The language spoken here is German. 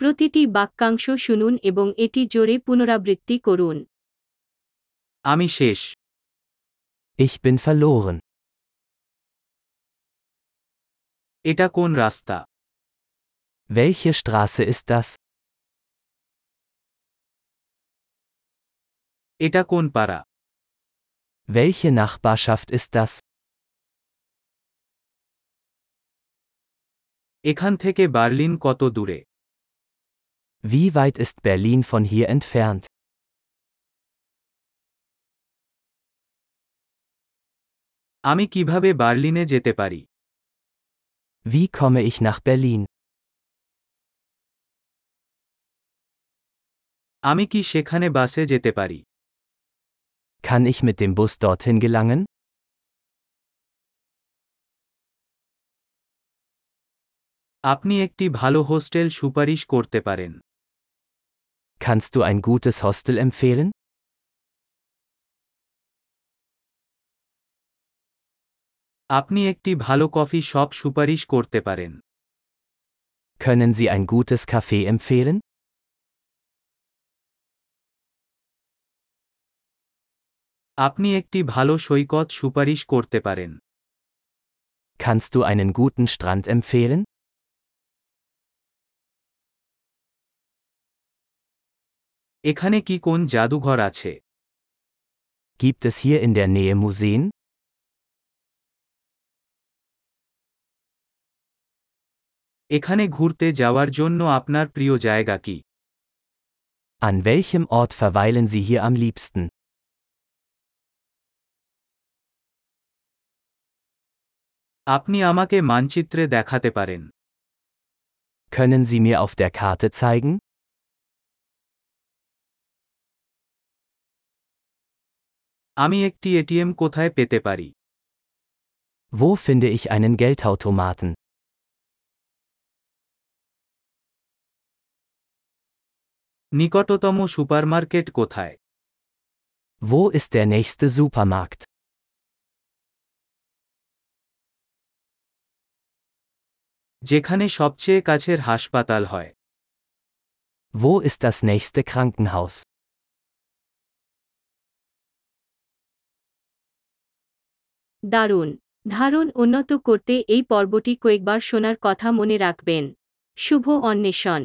প্রতিটি বাক্যাংশ শুনুন এবং এটি জোরে পুনরাবৃত্তি করুন আমি শেষ Ich bin verloren. এটা কোন রাস্তা Welche Straße ist das? এটা কোন পাড়া Welche Nachbarschaft ist das? এখান থেকে বার্লিন কত দূরে Wie weit ist Berlin von hier entfernt? আমি কিভাবে বার্লিনে যেতে পারি Wie komme ich nach Berlin? আমি কি সেখানে বাসে যেতে পারি Kann ich mit dem Bus dorthin gelangen? আপনি একটি ভালো হোস্টেল সুপারিশ করতে পারেন Kannst du ein gutes Hostel empfehlen? আপনি একটি ভালো কফি শপ সুপারিশ করতে পারেন Können Sie ein gutes Café empfehlen? আপনি একটি ভালো সৈকত সুপারিশ করতে পারেন Kannst du einen guten Strand empfehlen? এখানে কি কোন জাদুঘর আছে Gibt es hier in der Nähe Museen? এখানে ঘুরতে যাওয়ার জন্য আপনার প্রিয় জায়গা কি An welchem Ort verweilen Sie hier am liebsten? আপনি আমাকে মানচিত্রে দেখাতে পারেন Können Sie mir auf der Karte zeigen? আমি একটি এটিএম কোথায় পেতে পারি Wo finde ich einen Geldautomaten? নিকটতম সুপারমার্কেট কোথায় Wo ist der nächste Supermarkt? যেখানে সবচেয়ে কাছের হাসপাতাল হয় Wo ist das nächste Krankenhaus? দারুণ ধারণ উন্নত করতে এই পর্বটি কয়েকবার শোনার কথা মনে রাখবেন শুভ অন্বেষণ